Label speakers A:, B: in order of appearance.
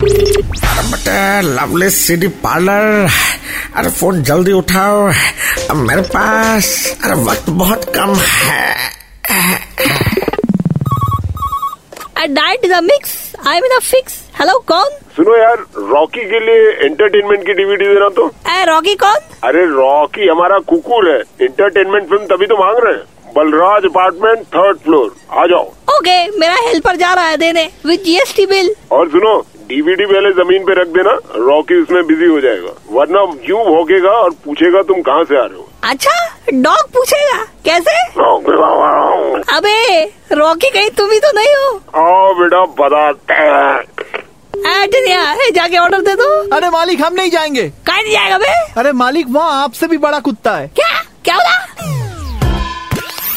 A: अरे बटे lovely city parlour अरे फोन जल्दी उठाओ अब मेरे पास अरे वक्त बहुत कम है
B: that is a mix I mean a fix hello कौन
C: सुनो यार रॉकी के लिए एंटरटेनमेंट की डीवीडी देना तो
B: ए रॉकी कौन
C: अरे रॉकी हमारा कुकुर है एंटरटेनमेंट फिल्म तभी तो मांग रहे हैं बलराज अपार्टमेंट थर्ड फ्लोर आ जाओ
B: ओके मेरा हेल्पर जा रहा है देने विद जीएसटी बिल
C: और सुनो डीवीडी पहले जमीन पे रख देना रॉकी उसमें बिजी हो जाएगा वरना यू भोगेगा और पूछेगा तुम कहाँ से आ रहे हो
B: अच्छा डॉग पूछेगा कैसे अबे रॉकी कहीं तुम ही तो नहीं हो
C: आओ बेटा बताते हैं
B: ए, टेनिया, ए, जाके ऑर्डर दे दो
D: अरे मालिक हम नहीं जाएंगे
B: कहा नहीं जाएगा बे
D: अरे मालिक वहाँ आपसे भी बड़ा कुत्ता है
B: क्या क्या बोला